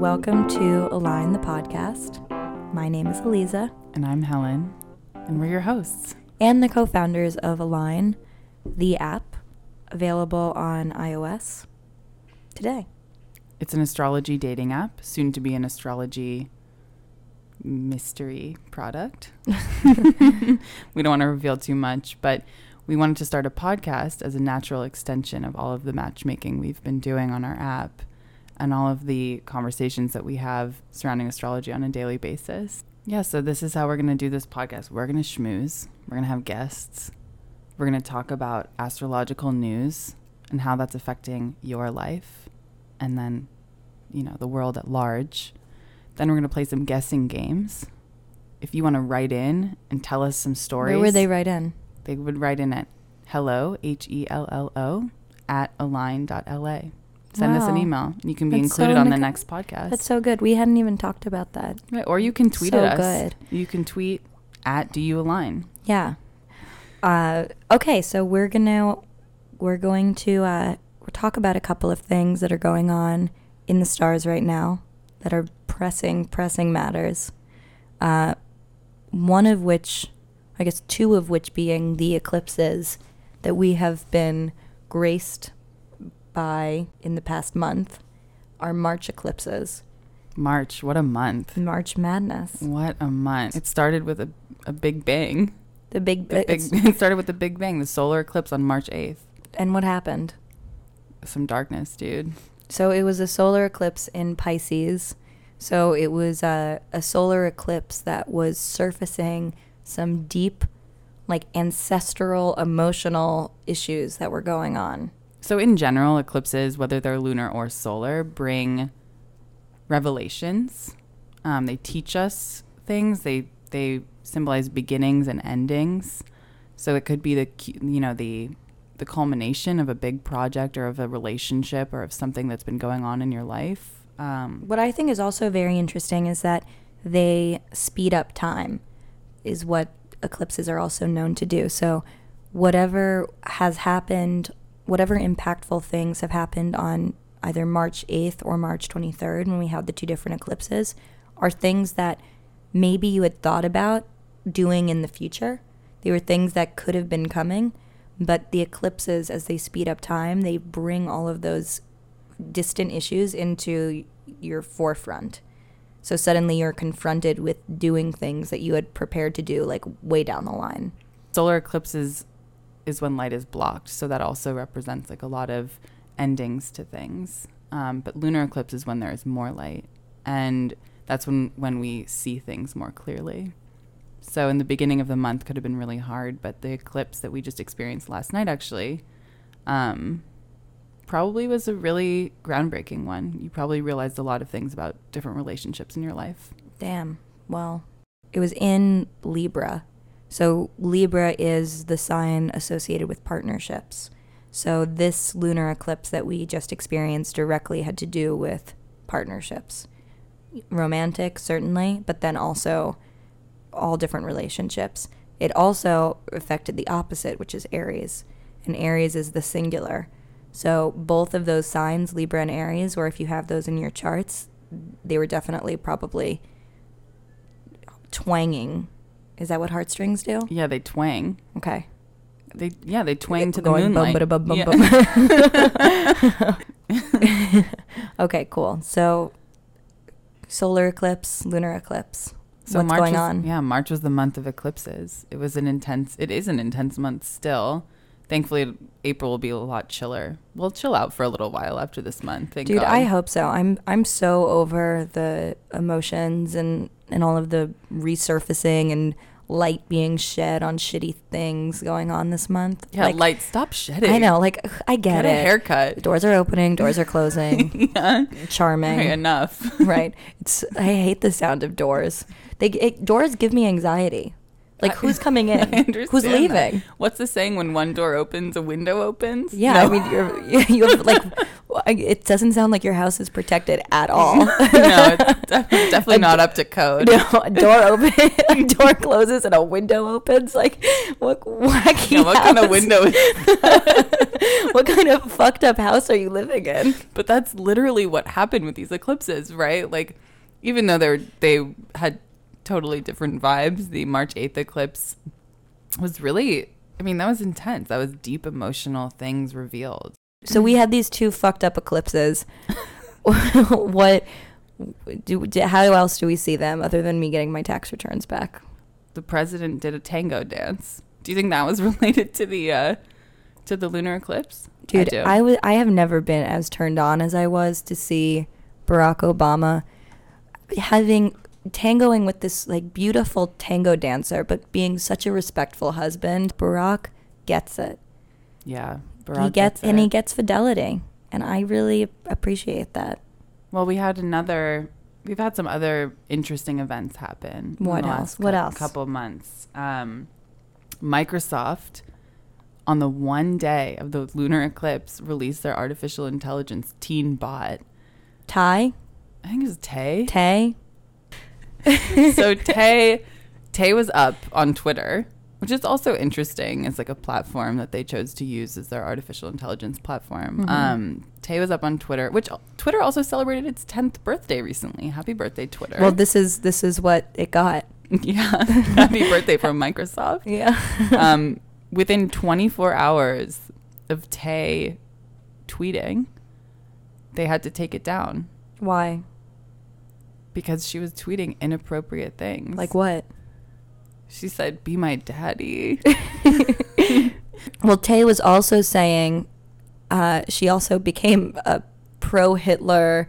Welcome to Align the podcast. My name is Eliza And I'm Helen, and we're your hosts. and the co founders of Align, the app available on iOS today. It's an astrology dating app, soon to be an astrology mystery product. we don't want to reveal too much, but we wanted to start a podcast as a natural extension of all of the matchmaking we've been doing on our app and all of the conversations that we have surrounding astrology on a daily basis. Yeah, so this is how we're going to do this podcast. We're going to schmooze, we're going to have guests, we're going to talk about astrological news and how that's affecting your life and then, you know, the world at large. Then we're going to play some guessing games. If you want to write in and tell us some stories, Where were they right in? they would write in at hello, H E L L O, at align.la. Send us an Wow. email. You can be That's so included on the nice. next podcast. That's so good. We hadn't even talked about that. right, or you can tweet so at us. good. You can tweet at Do You Align? Yeah. Uh, okay, so we're gonna we're going to uh, talk about a couple of things that are going on in the stars right now that are pressing pressing matters. Uh, one of which, I guess, two of which being the eclipses that we have been graced by in the past month are March eclipses, March, what a month. March Madness, What a month. It started with a, a big bang. the big, The big, it's- it started with the Big Bang, the solar eclipse on March 8th. and what happened? Some darkness, dude. So it was a solar eclipse in Pisces. So it was a, a solar eclipse that was surfacing some deep, like ancestral emotional issues that were going on. So, in general, eclipses, whether they're lunar or solar, bring revelations. Um, they teach us things. They they symbolize beginnings and endings. So it could be the cu- you know the the culmination of a big project or of a relationship or of something that's been going on in your life. Um, What I think is also very interesting is that they speed up time, is what eclipses are also known to do. So, whatever has happened, whatever impactful things have happened on either March 8th or March 23rd, when we had the two different eclipses, are things that maybe you had thought about doing in the future. They were things that could have been coming, but the eclipses, as they speed up time, they bring all of those distant issues into your forefront. So suddenly you're confronted with doing things that you had prepared to do, like way down the line. solar eclipses is when light is blocked so that also represents like a lot of endings to things um, but lunar eclipse is when there is more light and that's when when we see things more clearly so in the beginning of the month could have been really hard but the eclipse that we just experienced last night actually um, probably was a really groundbreaking one you probably realized a lot of things about different relationships in your life Damn. Well, it was in Libra. So Libra is the sign associated with partnerships. So this lunar eclipse that we just experienced directly had to do with partnerships. Romantic, certainly, but then also all different relationships. It also affected the opposite, which is Aries. And Aries is the singular. So both of those signs, Libra and Aries, or if you have those in your charts, they were definitely probably twanging. Is that what heartstrings do? yeah they twang Okay. They yeah, they twang to the Going bum, moonlight. bada, bum, bum, Yeah. Okay, cool. So solar eclipse, lunar eclipse. What's March going was, on? Yeah, March was the month of eclipses. It was an intense. It is an intense month still. Thankfully, April will be a lot chiller. We'll chill out for a little while after this month. Thank Dude, God. I hope so. I'm I'm so over the emotions and and all of the resurfacing and light being shed on shitty things going on this month. yeah, like, light. Stop shedding. I know, like I get, Get, a it. haircut. Doors are opening, doors are closing. yeah. Okay, Charming, enough. right? It's I hate the sound of doors. They it, doors give me anxiety. Like I- who's coming in? I understand who's that. leaving? What's the saying? When one door opens, a window opens. Yeah, No. I mean, you're, you have like, I- it doesn't sound like your house is protected at all. no, it's def- definitely A not up to code. No, a door open, a door closes, and a window opens. Like, what wacky? Yeah, what kind of house? window? is what kind of fucked up house are you living in? But that's literally what happened with these eclipses, right? Like, even though they they had totally different vibes, the March eighth eclipse was really. I mean, that was intense. That was deep emotional things revealed. So we had these two fucked up eclipses. what do, do how else do we see them other than me getting my tax returns back? The president did a tango dance. Do you think that was related to the uh, to the lunar eclipse? I Dude, do. I was I have never been as turned on as I was to see Barack Obama having tangoing with this like beautiful tango dancer, but being such a respectful husband. Barack gets it. yeah, he Barack gets, and it. he gets fidelity, and I really appreciate that. Well, we had another. We've had some other interesting events happen. in What the else? last What cou- else? Couple of months. Um, Microsoft, on the one day of the lunar eclipse, released their artificial intelligence teen bot. Ty, I think it was Tay. Tay, so Tay, Tay was up on Twitter, which is also interesting. It's like a platform that they chose to use as their artificial intelligence platform. Mm-hmm. Um, Tay was up on Twitter, which Twitter also celebrated its tenth birthday recently. Happy birthday, Twitter! Well, this is this is what it got. Yeah. Happy birthday from Microsoft. Yeah. Um, within 24 hours of Tay tweeting, they had to take it down Why? because she was tweeting inappropriate things. Like what? she said, "Be my daddy." Well, Tay was also saying uh, she also became a pro Hitler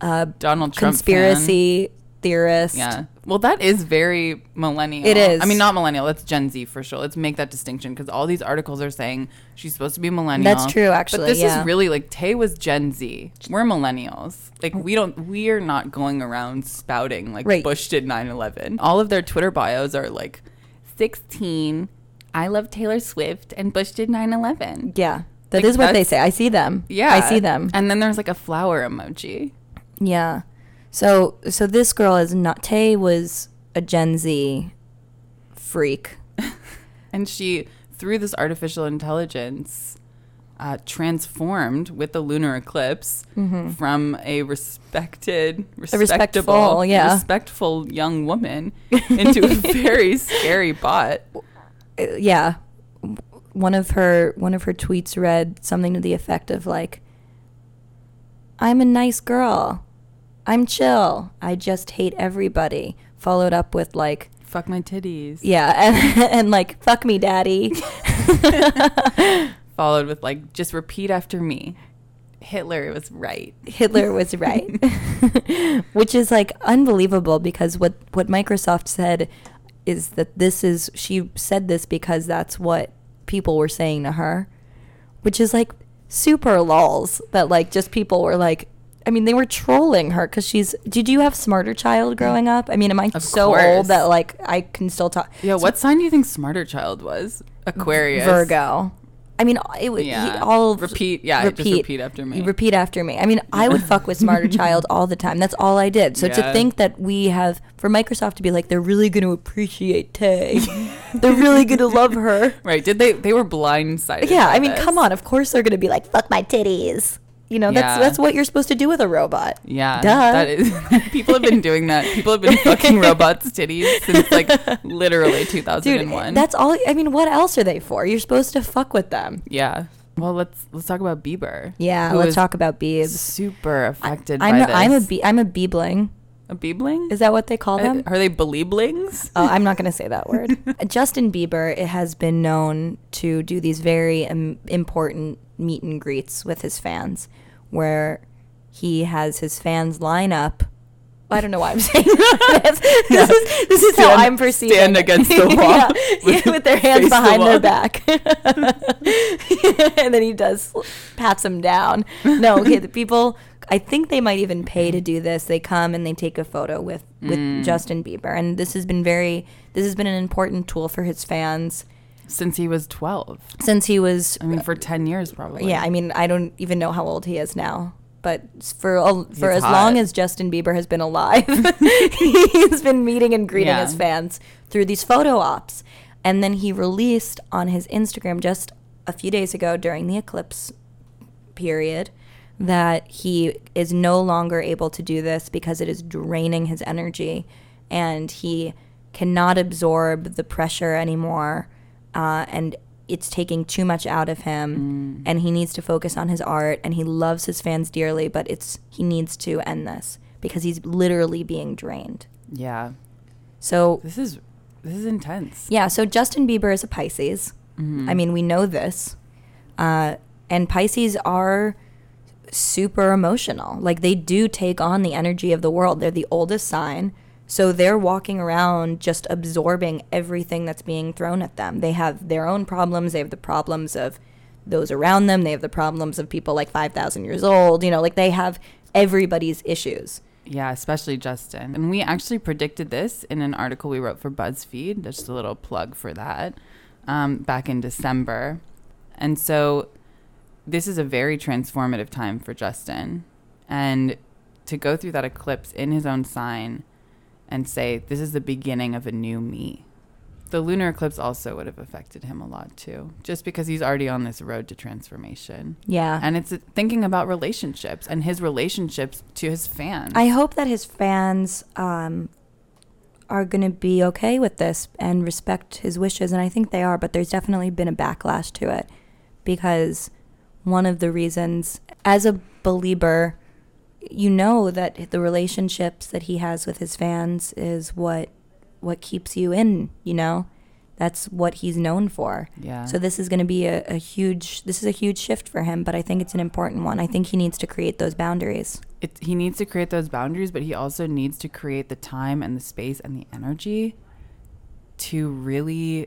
uh, Donald Trump conspiracy theorist. fan. Yeah. Well, that is very millennial. It is. I mean, not millennial. That's Gen Z for sure. Let's make that distinction because all these articles are saying she's supposed to be millennial. That's true, actually, But this yeah. is really like Tay was Gen Z. We're millennials. Like we don't. We are not going around spouting like Right. Bush did 9/11. All of their Twitter bios are like 16. I love Taylor Swift and Bush did 9/11. Yeah. that is Like, what they that's- say. I see them. Yeah, I see them. And then there's like a flower emoji. Yeah. So so this girl is not Tay was a Gen Z freak. And she, through this artificial intelligence, uh, transformed with the lunar eclipse from a respected, respectable, Mm-hmm. respectful, yeah. respectful young woman into a very scary bot. Uh, yeah. W- One of her one of her tweets read something to the effect of like I'm a nice girl. I'm chill. I just hate everybody. Followed up with like Fuck my titties. yeah and, and like fuck me daddy. Followed with like, just repeat after me. Hitler was right. Hitler was right, which is like unbelievable because what what Microsoft said is that this is she said this because that's what people were saying to her, which is like super lols that like just people were like. I mean, they were trolling her because she's. Did you have smarter child growing up? I mean, am I Of so course. old that like I can still talk? Yeah, what sign do you think Smarter Child was? Aquarius. Virgo. I mean, it would Yeah. he, all of- Repeat- yeah, just repeat after me. Repeat after me. I mean, I would fuck with smarter child all the time. That's all I did. So to Yeah. think that we have for Microsoft to be like they're really going to appreciate Tay, they're really going to love her. Right. Did they? They were blindsided. Yeah, by I mean, this. come on. Of course they're going to be like fuck my titties. You know, that's Yeah. that's what you're supposed to do with a robot. Yeah, Duh. that is. People have been doing that. People have been fucking robots' titties since like literally Dude, 2001. that's all. I mean, what else are they for? You're supposed to fuck with them. yeah. Well, let's let's talk about Bieber. Yeah, who let's was talk about beebs. Super affected I'm by a, this. I'm a bee, I'm a beebling. a Biebling. Is that what they call them? Uh, Are they belieblings? Oh, I'm not going to say that word. Justin Bieber it has been known to do these very um, important meet and greets with his fans where he has his fans line up. I don't know why I'm saying this. This is, this is Stand- how I'm perceiving. stand it. against the wall yeah, with- yeah, with their hands face the behind wall. their back. and then he does pats them down. No, okay, the people. I think they might even pay to do this. They come and they take a photo with with Mm. Justin Bieber, and this has been very. This has been an important tool for his fans Since he was 12. since he was. I mean, for 10 years probably. Yeah, I mean, I don't even know how old he is now, but s- for a, for He's as long hot. as Justin Bieber has been alive, he's been meeting and greeting Yeah. his fans through these photo ops, and then he released on his Instagram just a few days ago during the eclipse period that he is no longer able to do this because it is draining his energy and he cannot absorb the pressure anymore uh, and it's taking too much out of him and he needs to focus on his art and he loves his fans dearly but it's he needs to end this because he's literally being drained Yeah. so This is this is intense. Oh. Mm-hmm. yeah, so Justin Bieber is a Pisces. I mean, we know this. Uh, and Pisces are super emotional. Like, they do take on the energy of the world. They're the oldest sign. So they're walking around just absorbing everything that's being thrown at them. They have their own problems, they have the problems of those around them, they have the problems of people like 5,000 years old. You know, like they have everybody's issues. Yeah, especially Justin. And we actually predicted this in an article we wrote for BuzzFeed, just a little plug for that, um, back in December. And so this is a very transformative time for Justin. And to go through that eclipse in his own sign and say, this is the beginning of a new me. The lunar eclipse also would have affected him a lot too, just because he's already on this road to transformation. Yeah. And it's uh, thinking about relationships and his relationships to his fans. I hope that his fans um, are going to be okay with this and respect his wishes, and I think they are. But there's definitely been a backlash to it because one of the reasons, as a believer, you know that the relationships that he has with his fans is what what keeps you in. You know, that's what he's known for. Yeah. So this is going to be a, a huge this is a huge shift for him, but I think it's an important one. I think he needs to create those boundaries. it, he needs to create those boundaries, but he also needs to create the time and the space and the energy to really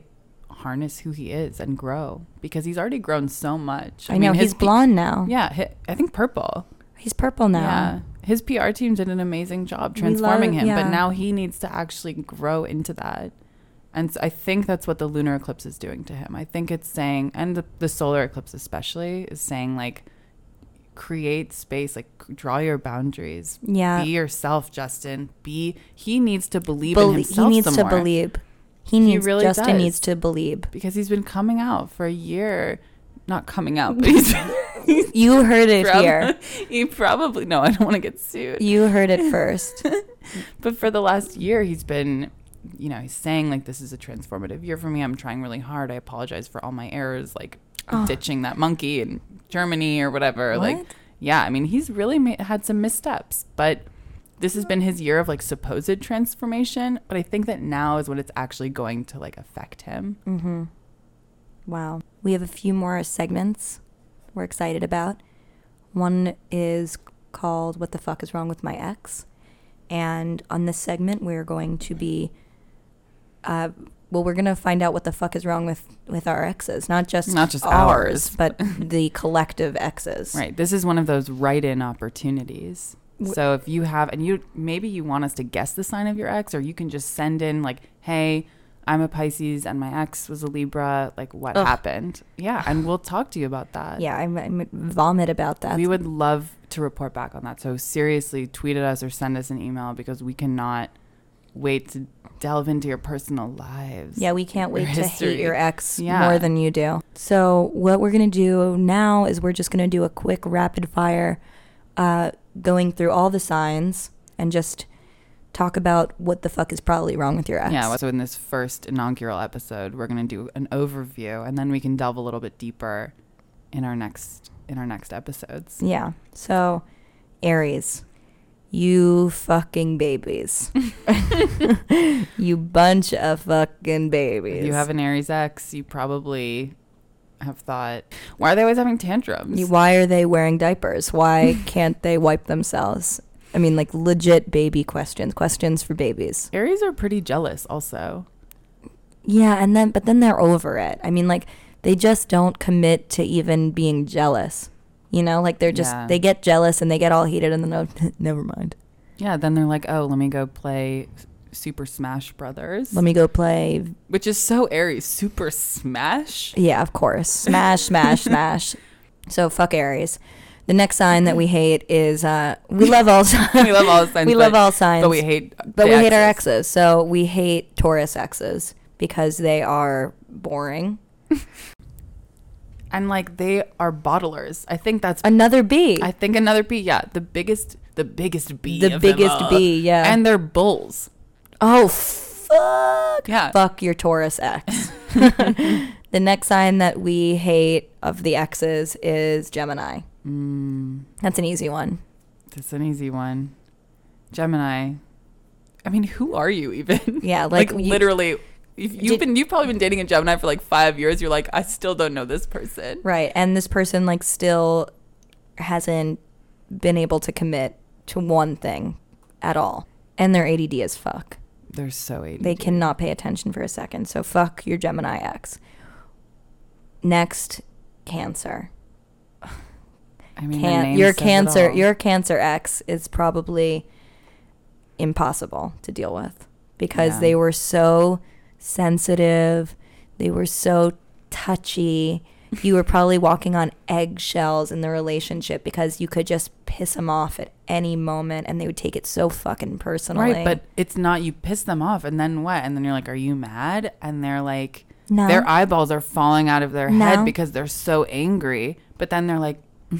harness who he is and grow because he's already grown so much. I, know mean, his he's P- blonde now. Yeah, hi I think purple. He's purple now. Yeah. His PR team did an amazing job We transforming love- him, yeah. but now he needs to actually grow into that. And so I think that's what the lunar eclipse is doing to him. I think it's saying, and the, the solar eclipse especially, is saying, like, create space, like, c- draw your boundaries. Yeah. Be yourself, Justin. Be, he needs to believe in Belie- he himself. needs some to more. believe. He needs really Justin does. needs to believe. Because he's been coming out for a year. Not coming out, but he's been. You heard it prob- here. He probably, no, I don't want to get sued. You heard it first. But for the last year, he's been, you know, he's saying like, this is a transformative year for me. I'm trying really hard. I apologize for all my errors, like Oh. ditching that monkey in Germany or whatever. Like, What? yeah, I mean, he's really ma- had some missteps, but this has been his year of like supposed transformation. But I think that now is when it's actually going to like affect him. hmm Wow. We have a few more segments we're excited about. One is called What the Fuck is Wrong with My Ex? And on this segment, we're going to be, uh, well, we're going to find out what the fuck is wrong with, with our exes, not just Not just ours. but the collective exes. Right. This is one of those write in opportunities. W- So if you have, and you maybe you want us to guess the sign of your ex, or you can just send in, like, hey, I'm a Pisces and my ex was a Libra. Like, what Ugh. happened? Yeah. And we'll talk to you about that. Yeah, I'm, I'm vomit about that. We would love to report back on that. So seriously, tweet at us or send us an email because we cannot wait to delve into your personal lives. Yeah, we can't Your wait to hate history. your ex Yeah. more than you do. So, what we're going to do now is we're just going to do a quick rapid fire uh, going through all the signs and just talk about what the fuck is probably wrong with your ex. Yeah, so in this first inaugural episode, we're going to do an overview and then we can delve a little bit deeper in our next in our next episodes. Yeah. So, Aries, you fucking babies. you bunch of fucking babies. If you have an Aries ex, you probably have thought, why are they always having tantrums? You- Why are they wearing diapers? Why can't they wipe themselves? I mean, like legit baby questions, questions for babies. Aries are pretty jealous also. Yeah, and then, but then they're over it. I mean, like they just don't commit to even being jealous. You know, like they're just, Yeah. they get jealous and they get all heated and then they're, never mind. Yeah, then they're like, "Oh, let me go play S- Super Smash Brothers." Let me go play. Which is so Aries, Super Smash? Yeah, of course. Smash, smash, smash. So fuck Aries. The next sign that we hate is, uh, we love all signs. we love all signs. we love but- all signs. But we hate But the we hate our exes. exes. So we hate Taurus exes because they are boring. And like they are bottlers. I think that's Another B. I think another bee. Yeah, the biggest, the biggest bee. The of them biggest all. bee, yeah. and they're bulls. oh, fuck. Yeah. Fuck your Taurus X. the next sign that we hate of the X's is Gemini. Mm, That's an easy one. that's an easy one. Gemini. I mean, who are you even? Yeah, like, like, you- literally. If you've Did- been you've probably been dating a Gemini for like five years. You're like, I still don't know this person. Right. And this person like still hasn't been able to commit to one thing at all. And they're ADD as fuck. They're so ADD. They cannot pay attention for a second. So fuck your Gemini X. Next, Cancer. I mean, the Can- name your says it Cancer, all. your Cancer X is probably impossible to deal with because Yeah. they were so sensitive. They were so touchy. You were probably walking on eggshells in the relationship because you could just piss them off at any moment and they would take it so fucking personally. right, but it's not. You piss them off, and then what? And then you're like, Are you mad? And they're like, no. Their eyeballs are falling out of their head No. because they're so angry. But then they're like,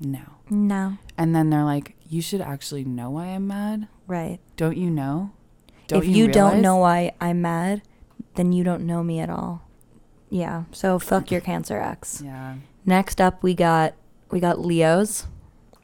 no. no. And then they're like, you should actually know why I'm mad. Right. Don't you know? Don't if you, don't realize?" know why I'm mad, then you don't know me at all. Yeah. So fuck your Cancer X. Yeah. Next up, we got we got Leos.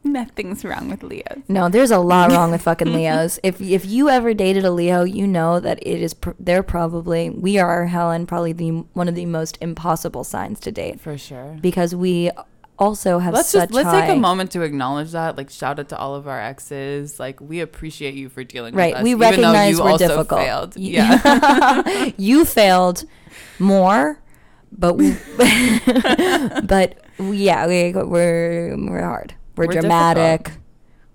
Nothing's wrong with Leos. No, there's a lot wrong with fucking Leos. If if you ever dated a Leo, you know that it is pr- they're probably we are Helen probably the one of the most impossible signs to date For sure. because we also have Let's such just let's high take a moment to acknowledge that. Like shout out to all of our exes. Like we appreciate you for dealing right. with us. we even though recognize you we're also difficult. Failed. You- Yeah. you failed more, but we, but yeah, we, we're we're hard. We're, We're dramatic.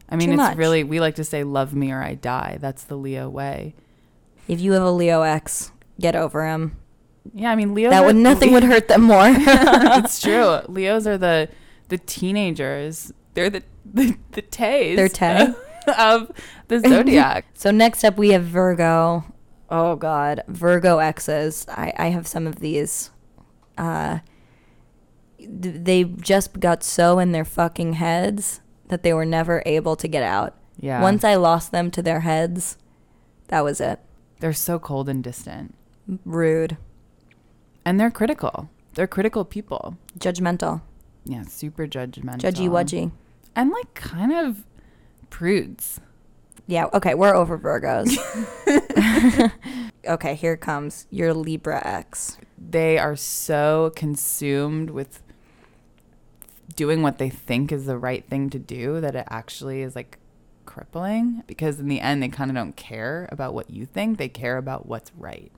I mean Too it's much. really we like to say love me or I die. That's the Leo way. If you have a Leo ex, get over him. Yeah, I mean Leo that would nothing would hurt them more. it's true. Leos are the the teenagers. They're the the, the Tays. They're Tay. of the zodiac. so next up we have Virgo. Oh God, Virgo exes. I, I have some of these. Uh, th- they just got so in their fucking heads that they were never able to get out. yeah. Once I lost them to their heads, that was it. they're so cold and distant. Rude, And they're critical. They're critical people. judgmental, Yeah, super judgmental. judgy wudgy. And like kind of prudes. Yeah, okay, we're over Virgos. okay, here comes your Libra ex. They are so consumed with doing what they think is the right thing to do that it actually is like crippling because in the end they kind of don't care about what you think. They care about what's right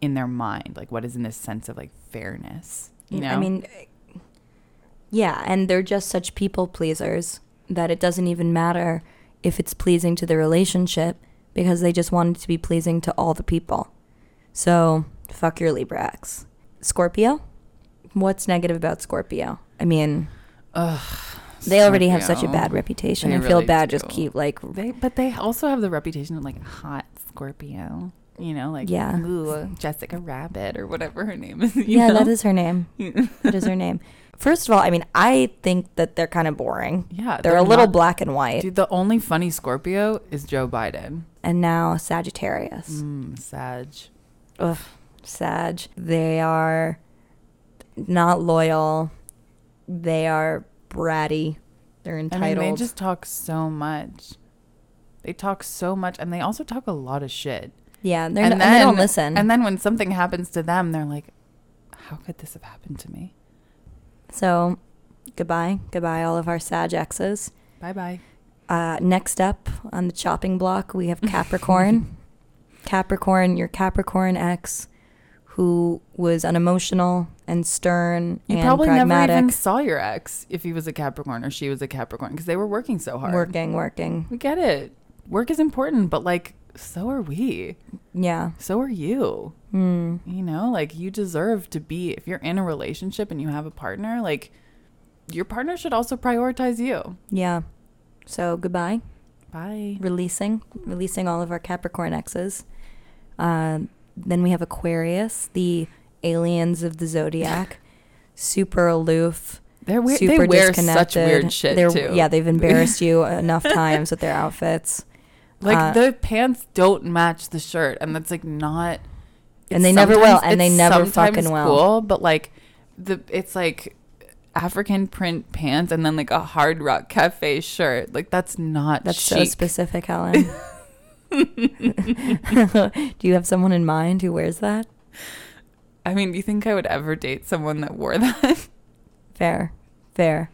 in their mind, like what is in this sense of like fairness. You know? Mm, I mean, yeah, and they're just such people pleasers that it doesn't even matter if it's pleasing to the relationship because they just want it to be pleasing to all the people. So, fuck your Libra ex. Scorpio? What's negative about Scorpio? I mean, Ugh, they already have such a Scorpio. bad reputation. They I feel really bad just do. keep like They, but they also have the reputation of like hot Scorpio. You know, like Yeah. ooh, Jessica Rabbit or whatever her name is. you Yeah, know? that is her name. that is her name. First of all, I mean, I think that they're kind of boring. Yeah, They're, a little not- black and white. Dude, the only funny Scorpio is Joe Biden. And now Sagittarius. Mm, Sag. Ugh, Sag. They are not loyal. They are bratty. They're I entitled. mean, they just talk so much. They talk so much, and they also talk a lot of shit. yeah, they're and not, they don't listen. And then when something happens to them, they're like, "How could this have happened to me?" so, goodbye. Goodbye, all of our Sag exes. Bye bye. Uh, next up on the chopping block, we have Capricorn. Capricorn, your Capricorn ex, who was unemotional and stern You and probably pragmatic, never even saw your ex if he was a Capricorn or she was a Capricorn because they were working so hard. working, working. We get it. Work is important, but like, so are we. Yeah. So are you. Hmm. You know, like, you deserve to be, if you're in a relationship and you have a partner, like, your partner should also prioritize you. Yeah. So goodbye. Bye. Releasing, releasing all of our Capricorn Um, exes. Uh, then we have Aquarius, the aliens of the zodiac. super aloof. They're weird. They super wear such disconnected. weird shit They're- too. Yeah, they've embarrassed you enough times with their outfits, like uh, the pants don't match the shirt, and that's like not. And they it's never will, sometimes- and they it's never sometimes fucking will. Cool, but like the it's like African print pants, and then like a Hard Rock Cafe shirt. Like that's not That's so chic. specific, Helen. Do you have someone in mind who wears that? I mean, do you think I would ever date someone that wore that? Fair, fair.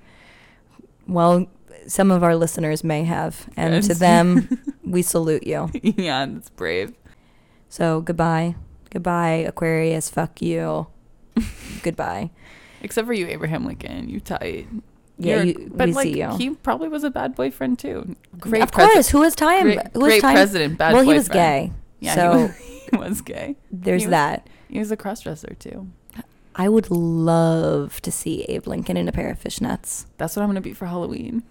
Well, some of our listeners may have, and to Yes. them, we salute you. yeah, that's brave. So goodbye, goodbye, Aquarius. Fuck you. goodbye. Except for you, Abraham Lincoln. You tight. Yeah, You're- you, E but we like see you. he probably was a bad boyfriend too. Great, of presi- course, who is time? great, who is great time? president. Bad well, boyfriend. he was gay, Yeah, so he, was, he was gay. there's he was- that. He was a crossdresser too. I would love to see Abe Lincoln in a pair of fishnets. That's what I'm gonna be for Halloween.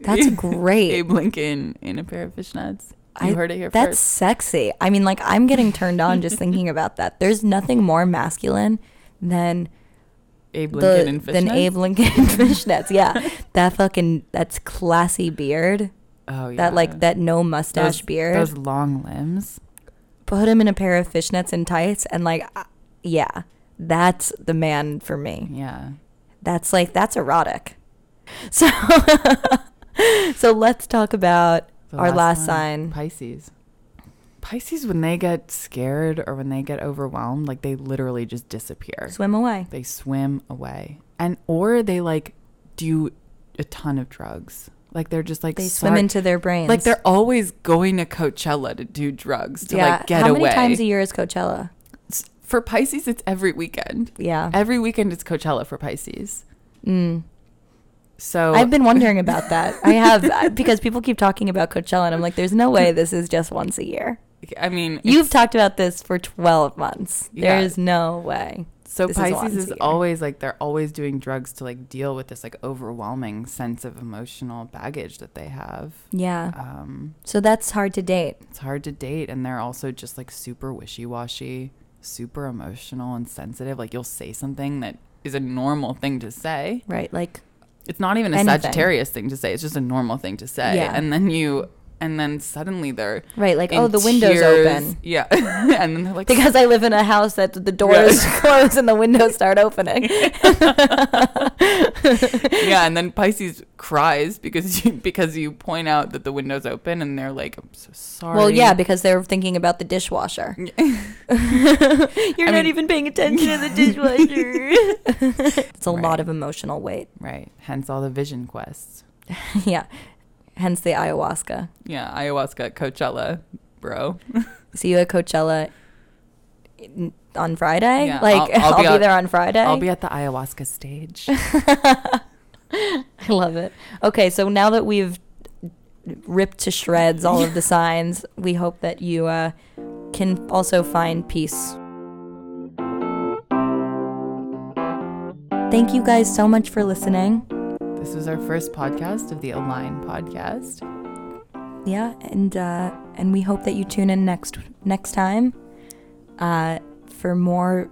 That's great. Abe Lincoln in a pair of fishnets. You I- heard it here That's sexy. I mean, like, I'm getting turned on just thinking about that. There's nothing more masculine than first. Abe the, Lincoln in fishnets. than Abe Lincoln in fishnets. Yeah, that fucking that's classy beard. Oh yeah. That like that no mustache Those- beard. Those long limbs. Put him in a pair of fishnets and tights, and like, I- yeah, that's the man for me. Yeah. That's like that's erotic. So so let's talk about The our last, one. sign. Pisces. Pisces, when they get scared or when they get overwhelmed, like they literally just disappear. Swim away. They swim away, and or they like do a ton of drugs. Like they're just like They sorry- swim into their brains. like they're always going to Coachella to do drugs to like get How away. many times a year is Coachella? S- for Pisces, it's every weekend. Yeah. Every weekend it's Coachella for Pisces. Mm. So I've been wondering about that. I have I- because people keep talking about Coachella, and I'm like, there's no way this is just once a year. I mean, You've talked about this for 12 months. Yeah. There is no way. So This is Pisces once is, a year. always like they're always doing drugs to like deal with this like overwhelming sense of emotional baggage that they have. Yeah. Um, So that's hard to date. it's hard to date, and they're also just like super wishy washy, super emotional and sensitive. Like you'll say something that is a normal thing to say. Right. Like, It's not even a Anything. Sagittarius thing to say. It's just a normal thing to say. Yeah. And then you, and then suddenly they're right. Like, in oh, the window's tears. open. Yeah, and then they're like, Because I live in a house that the doors close and the windows start opening. yeah, and then Pisces cries because you because you point out that the window's open, and they're like, "I'm so sorry." Well, yeah, because they're thinking about the dishwasher. You're not mean- even paying attention to the dishwasher. it's a lot Right. of emotional weight. right. Hence all the vision quests. yeah. Hence the ayahuasca. Yeah, ayahuasca, at Coachella, bro. See you at Coachella in- on Friday? Yeah, like, I'll, I'll- I'll be, be out- there on Friday. I'll be at the ayahuasca stage. I love it. Okay, so now that we've ripped to shreds all of the signs, we hope that you uh, can also find peace. Thank you guys so much for listening. this was our first podcast of the Align podcast. Yeah, and uh, and we hope that you tune in next next time uh, for more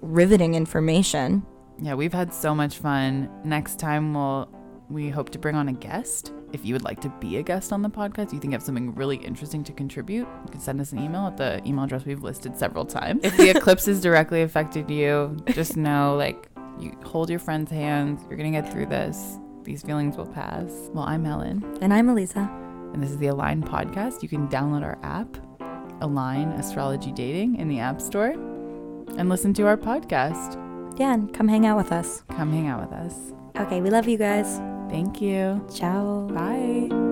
riveting information. Yeah, we've had so much fun. Next time, we'll we hope to bring on a guest. If you would like to be a guest on the podcast, you think you have something really interesting to contribute, you can send us an email at the email address we've listed several times. If the eclipses directly affected you, just know like you hold your friend's hands. You're gonna get through this. These feelings will pass. Well, I'm Ellen, And I'm Elisa. and this is the Align podcast. You can download our app, Align Astrology Dating, in the App Store, and listen to our podcast. Yeah, and come hang out with us. Come hang out with us. Okay, we love you guys. Thank you. Ciao. Bye.